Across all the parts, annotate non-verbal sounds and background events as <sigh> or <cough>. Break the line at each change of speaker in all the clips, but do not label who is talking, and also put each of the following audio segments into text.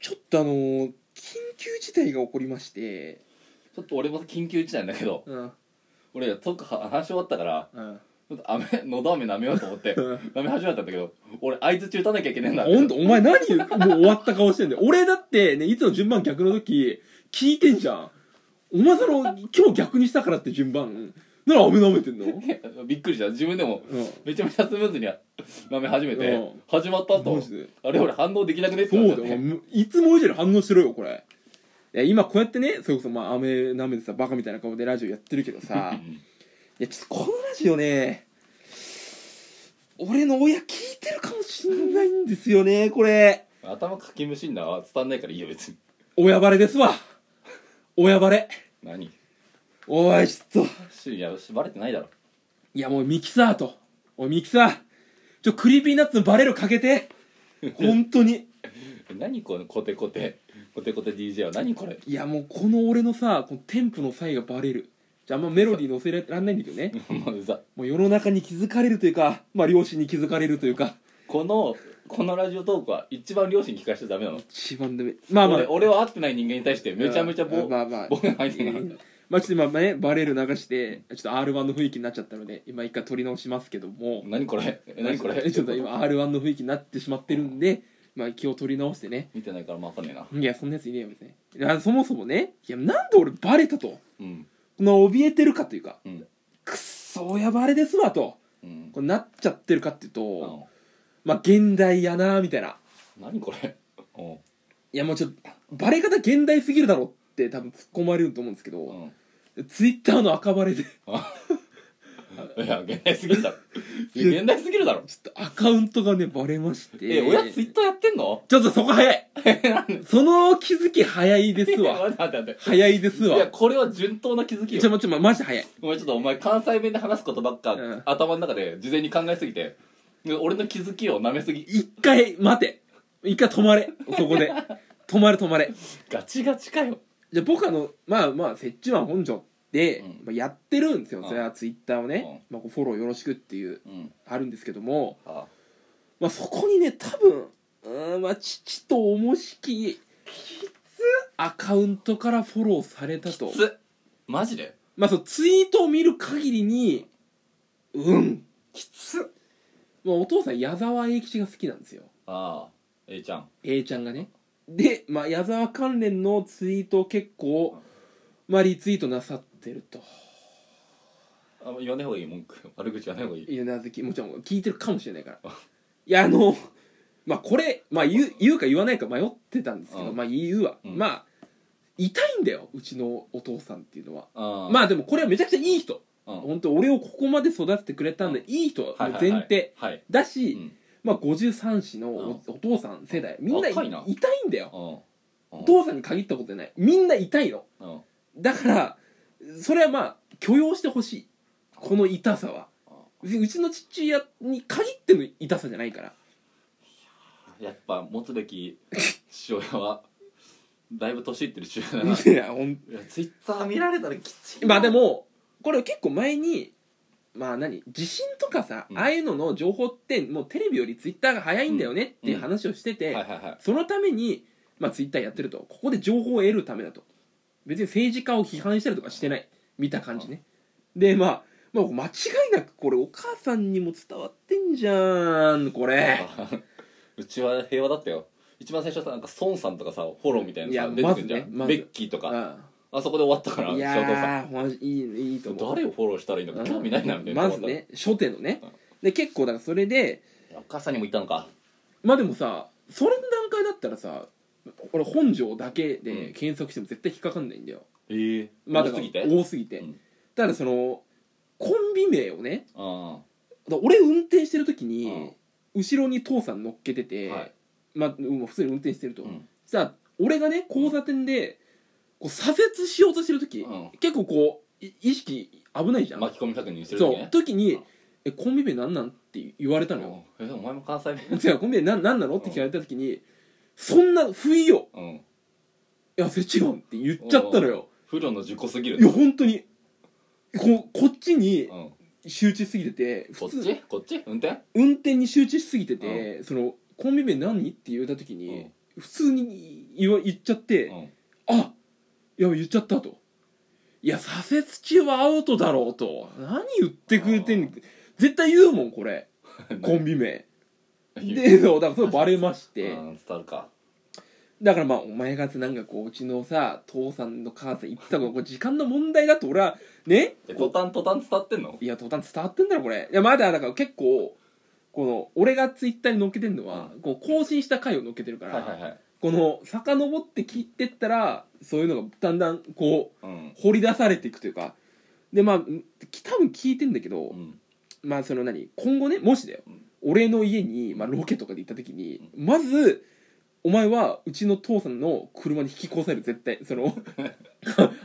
ちょっとあのー緊急事態が起こりまして
ちょっと俺も緊急事態なんだけど
うん
俺とか話し終わったから
うん
ちょっと飴のど飴舐めようと
<laughs>
思って舐め始めたんだけど俺相づち打たなきゃいけねえんだって
本当お前何もう終わった顔してんだよ俺だってねいつも順番逆の時聞いてんじゃんお前その今日逆にしたからって順番なら飴舐めてんの
<laughs> びっくりした自分でも
うん
めちゃめちゃスムーズに舐め始めて、
うん
始まったと
マジで
あれ俺反応できなくねって
そう
なっちゃっ
だ
て
よむいつも以上に反応しろよこれいや今こうやってねそれこそまあ飴舐めてさバカみたいな顔でラジオやってるけどさいやちょっとこのラジオね俺の親聞いてるかもしんないんですよねこれ
頭かきむしんだわ伝わんないからいいよ別に
親バレですわ親バレ
何
おいちょっと
しいやしバレてないだろ
いやもうミキサーとおいミキサーちょクリーピーナッツのバレルかけて本当に
何このコテコテコテコテ DJ は何これ <laughs>
いやもうこの俺のさこのテンポの際がバレるじゃああんまメロディー乗せられないんだけどね
もううざ
もう世の中に気づかれるというか、まあ、両親に気づかれるというか
このこのラジオトークは一番両親に聞かせちゃダメなの、
一番ダメまあまあ
俺俺は会ってない人間に対してめちゃめちゃ
うん
棒
まあまあ
棒が入ってなかっ
<laughs> まあちょっと今ねバレる流してちょっと r 1の雰囲気になっちゃったので今一回撮り直しますけども
た何これえ何これ
<laughs> ちょっと
<laughs>
今 r 1の雰囲気になってしまってるんで、まあ、気を取り直してね
見てないからもう分かんねえない
やそんなやついねえよ別にあそもそもねいやなんで俺バレたとこ
うん
の怯えてるかというか
うん
くっそやバレですわと
うん
こうなっちゃってるかっていうと、
あ
まあ現代やなみたいな
何これおう
いやもうちょっとバレ方現代すぎるだろって多分突っ込まれると思うんですけ
う
ど、
ん
ツイッターの赤バレでち
<laughs> いや現代すぎるだろ現代すぎるだろ
ょっとアカウントがねバレまして
え親ツイッターやってんの
ちょっとそこ
<laughs>
早いその気づき早いですわ
待って待って待って
早いです
いや
わ
これは順当な気づき
ちょ
よ
まちょまマジで早い
お前ちょっとお前関西弁で話すことばっか、
うん
頭の中で事前に考えすぎて俺の気づきを舐めすぎ
一回待て一回止まれそこで止まれ止まれ
ガチガチかよ
じゃあ僕あのまあまあ折衷案本庄で、
うん
まあ、やってるんですよ
うん
それはツイッターをね、まあ、こうフォローよろしくっていう
うん
あるんですけども
あ
まあ、そこにね多分うーんまあ父と思しききつアカウントからフォローされたと
きつマジで
まあそのツイートを見る限りにうん
きつ
まあお父さん矢沢永吉が好きなんですよ
ああ A ちゃん
A ちゃんがねで、まあ、矢沢関連のツイートを結構、まあ、リツイートなさってると
あ言わない方がいい文句 <laughs> 悪口言わない方がいい
いうなずきもちろん聞いてるかもしれないからいやあのまあこれ、まあ、言う言うか言わないか迷ってたんですけど、
うん
まあ言うわ、
うん
まあ痛いんだようちのお父さんっていうのは
あ
まあでもこれはめちゃくちゃいい人
あ、うん、
本当俺をここまで育ててくれたんで
う
いい人
はい
の
はいはい
前提
はい
だし、
うん
まあ53子のお,、お父さん世代みんな
若いな
痛いんだよ
うん
お父さんに限ったことじゃないみんな痛いの
うん
だからそれはまあ許容してほしいこの痛さは別にうちの父親に限っての痛さじゃないから
やっぱ持つべき父親はだいぶ年いってる父親だない
いやほん
やツイッター見られたらきついな
まあでもこれ結構前にまあ何地震とかさ、
うん
ああいうのの情報ってもうテレビよりツイッターが早いんだよねっていう話をしてて、
はいはいはい
そのために、まあ、ツイッターやってるとここで情報を得るためだと別に政治家を批判したりとかしてない見た感じねでまあまあ、間違いなくこれお母さんにも伝わってんじゃんこれ
<laughs> うちは平和だったよ一番最初さなんか孫さんとかさフォローみたい
い
な
や
さ出てくるじゃん、
まずねまず
ベッキーとか
あ
あそこで終わったから
い
翔太さん
やーマジいいいいと思う
誰をフォローしたらいいのか興味ないなみたいな
まずね初手のね
うん
で結構だからそれで
お母さんにも言ったのか
まあでもさそれの段階だったらさ俺本庄だけ
う
で
ん
検索しても絶対引っかかんないんだよ、
ええ
まあ、だ
多
か
す
ら
ぎて
多すぎて、
うん
ただそのコンビ名をね
あ
だから俺運転してる時に、後ろに父さん乗っけてて、
はい
まあ、うん普通に運転してると、
ーうん
さあ俺がね交差点でこう左折しようとしてる時、
うん
結構こうい意識危ないじゃん、
巻き込み確認してる
そ
時
う
ね
時に
うん
「えコンビ名なんなん?」って言われたのよ
うんえお前も関西
「
弁
じゃあコンビ名なんなんなの?」って聞かれた時に、そんな不意よ
うん
「いやせちがん」って言っちゃったのよ
不慮の事故すぎる
いや本当にここっちに
うん
集中しすぎてて
こ
普
っ
通
ちこっち運転
運転に集中しすぎてて、そのコンビ名何って言った時に、
うん
普通に言わ言っちゃって、
うん
あいや言っちゃったといや左折中はアウトだろうと何言ってくれてんの
あ
絶対言うもんこ
<laughs>
れコンビ名でそうだからそれバレまし
うん
て
伝わるか
だからまあお前がなんかこううちのさ父さんの母さん言ってたことこれ時間の問題だと俺はね
え
こ
途端途端伝わってんの
ういや途端伝わってんだろこれいやまだだから結構この俺がツイッターに載っけてるのは、こう更新した回を載っけてるから、
はいはいはい
この遡って聞いてったらそういうのがだんだんこう
うん
掘り出されていくというかでまあん多分聞いてんだけど、
うん
まあその何今後ねもしだよ、
うん
俺の家に、まあ、ロケとかで行った時に、まずお前はうちの父さんの車に引き越される絶対そ
<laughs>
の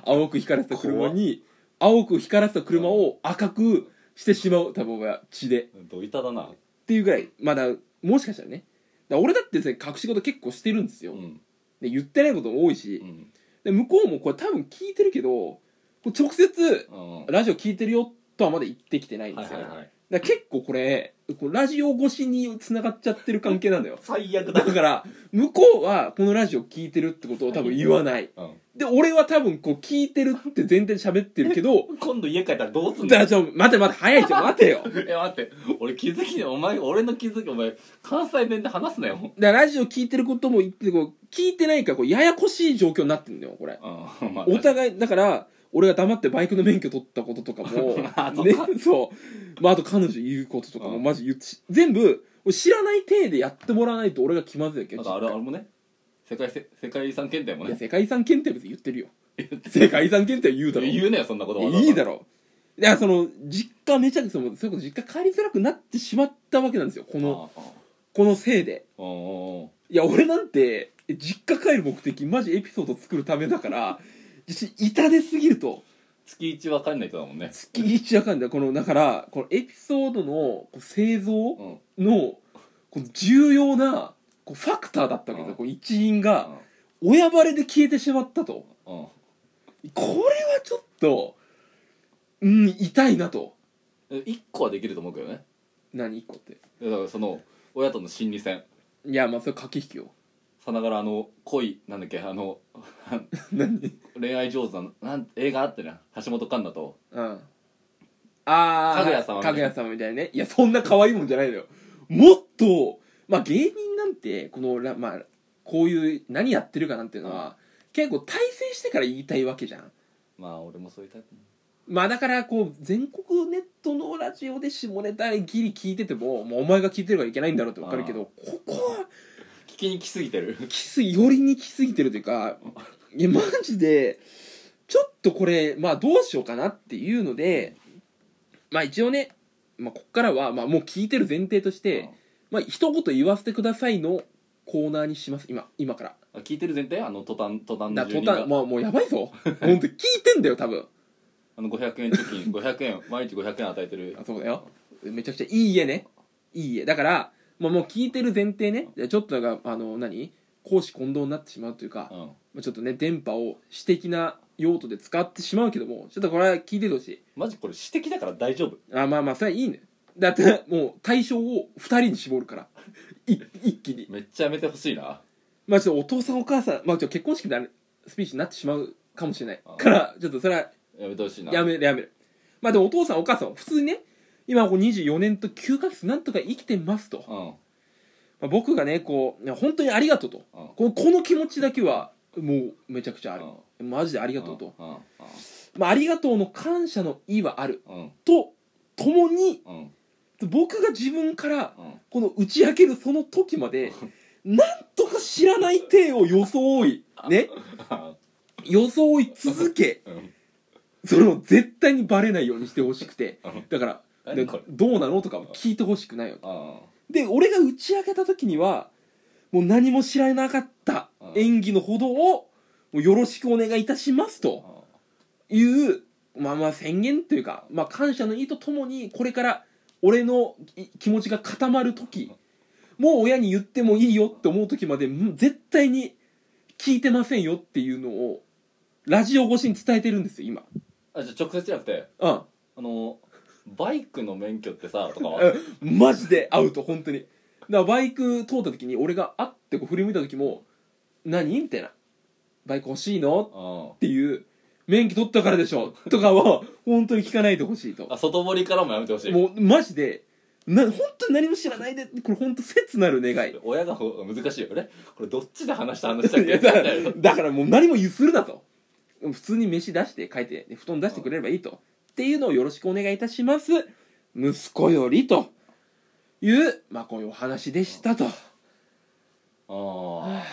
青く光らせた車に青く光らせた車を赤くしてしまう多分お前は血でっ
どいただな
ていうぐらいまだもしかしたらねだから俺だってさ隠し事結構してるんです
う
よ、
ん
で言ってないことも多いし
う、ん
で向こうもこれ多分聞いてるけどこれ直接
うん
ラジオ聞いてるよとはまだ言ってきてないんで
はい
すよ、
はいはい
だから結構これこうラジオ越しに繋がっちゃってる関係なんだよ
最悪
だ
だ
から向こうはこのラジオ聞いてるってことを多分言わない
うん
で俺は多分こう聞いてるって前提で喋ってるけど
今度家帰ったらどうすんの
だからちょ待て待て早いじゃん待てよだか
え待って俺気づきお前俺の気づきお前関西弁で話すなよ
らラジオ聞いてることも言ってこう聞いてないからこうややこしい状況になってるんだよこれ
うん <laughs> まあ
お互いだから俺が黙ってバイクの免許取ったこととかも
<laughs> あそっ
ね
か、
そう、まあ、あと彼女言うこととかも
うん
マジ言ってし全部俺知らない体でやってもらわないと俺が気まずいわけ
だ
ど
からあれあれもね世界せ世界遺産検定も
いや
ね
世界遺産検定は別に言ってるよ世界遺産検定は言うだろ
<laughs> 言うねよそんなことわざわざ
いいだろいやその実家めちゃくちゃそのそれこそ実家帰りづらくなってしまったわけなんですよこの
あああ
このせいで
あうんうんうん
いや俺なんて実家帰る目的マジエピソード作るためだからし痛手すぎると
月一わかんない人だもんね
月一夜間でこのだからこのエピソードのこう製造
うん
のこの重要なこうファクターだったわけです
う
よ
ん
こう一因が親バレで消えてしまったと
うんうん
これはちょっとうん痛いなと
え一個はできると思うけどね
何一個って
いやだからその親との心理戦
いやまあそれ駆け引きよ <laughs>
さながらあの恋なんだっけあの <laughs>
何
恋愛上手ななん映画あってね橋本環奈と
うんああ
かぐや様み
か
たいな
ぐや様みたいなねいやそんな可愛いもんじゃないのよもっとまあ芸人なんてこのらまあこういう何やってるかなんていうのは結構対戦してから言いたいわけじゃん
まあ俺もそういうタイプ
まあだからこう全国ネットのラジオで下ネタギリ聞いててももうお前が聞いてるからいけないんだろうって分かるけどここは
聞きに来すぎてる
きすよりに来すぎてるというかいやマジでちょっとこれまあどうしようかなっていうのでまあ一応ね、まあ、こっからは、まあ、もう聞いてる前提として、まあ一言言わせてくださいのコーナーにします今今から
うん聞いてる前提あの途端途端
だ
の
から途
住人が
端もうもうやばいぞ本当に聞いてんだよ多分
あの500円貯金500円毎日500円与えてる
あそうだよめちゃくちゃいい家ねいい家だから、まあ、もう聞いてる前提ねでちょっとなんかあの何公私混同になってしまうというか
う、ん
まあちょっとね電波を私的な用途で使ってしまうけどもちょっとこれは聞いててほしい
マジこれ私的だから大丈夫
あまあまあそれはいいねだってもう対象を2人に絞るからい一気に
めっちゃやめてほしいな
まあちょっとお父さんお母さん、まあ、ちょっと結婚式であるスピーチになってしまうかもしれない
あ
からちょっとそれは
やめてほしいな
やめるやめるまあでもお父さんお母さんは普通にね今こう24年と9ヶ月なんとか生きてますと、
うん
まあ、僕がねこういや本当にありがとうと
うん
このこの気持ちだけはもうめちゃくちゃある
あ
マジであり
り
がとうと、
うん
まあ、ありがとうの感謝の意はある
うん
とともに
うんうん
僕が自分から
うん
この打ち明けるその時ま
<laughs>
でなんとか知らない体を装いね装い続け
うん
それを絶対にバレないようにしてほしくて
うん
だから
何これ
どうなのとかも聞いてほしくないよ
うん
で俺が打ち明けた時にはもう何も知らなかった
うん
演技のほどをもうよろしくお願いいたしますというまあまあ宣言というか、まあ、感謝の意とともにこれから俺のい気持ちが固まる時もう親に言ってもいいよって思う時までん絶対に聞いてませんよっていうのをラジオ越しに伝えてるんですよ今
あじゃあ直接じゃなくて
うん
あのバイクの免許ってさとかは
うんマジでアウト本当にだからバイク通った時に俺があってこう振り向いた時も何みたいなバイク欲しいの
うん
っていう免許取ったからでしょとかを本当に聞かないでほしいと
あ外堀からもやめてほしい
もうマジでな本当に何も知らないでこれ本当切なる願い
親がほ難しいよねこれどっちで話した話したっ
い
け
やだか
み
ら
たいな
だからもう何もゆするなと普通に飯出して書いて、ね布団出してくれればいいとっていうのをよろしくお願いいたします息子よりというまあこういうお話でしたと
ああ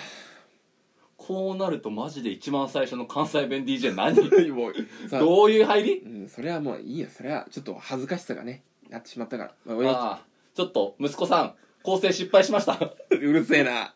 こうなるとマジで一番最初の関西弁 DJ
<laughs>
何
もうさ
どういう入り
うん、それはもういいよそれはちょっと恥ずかしさがねなってしまったから、まあ、親
ああちょっと息子さん構成失敗しました
うるせえな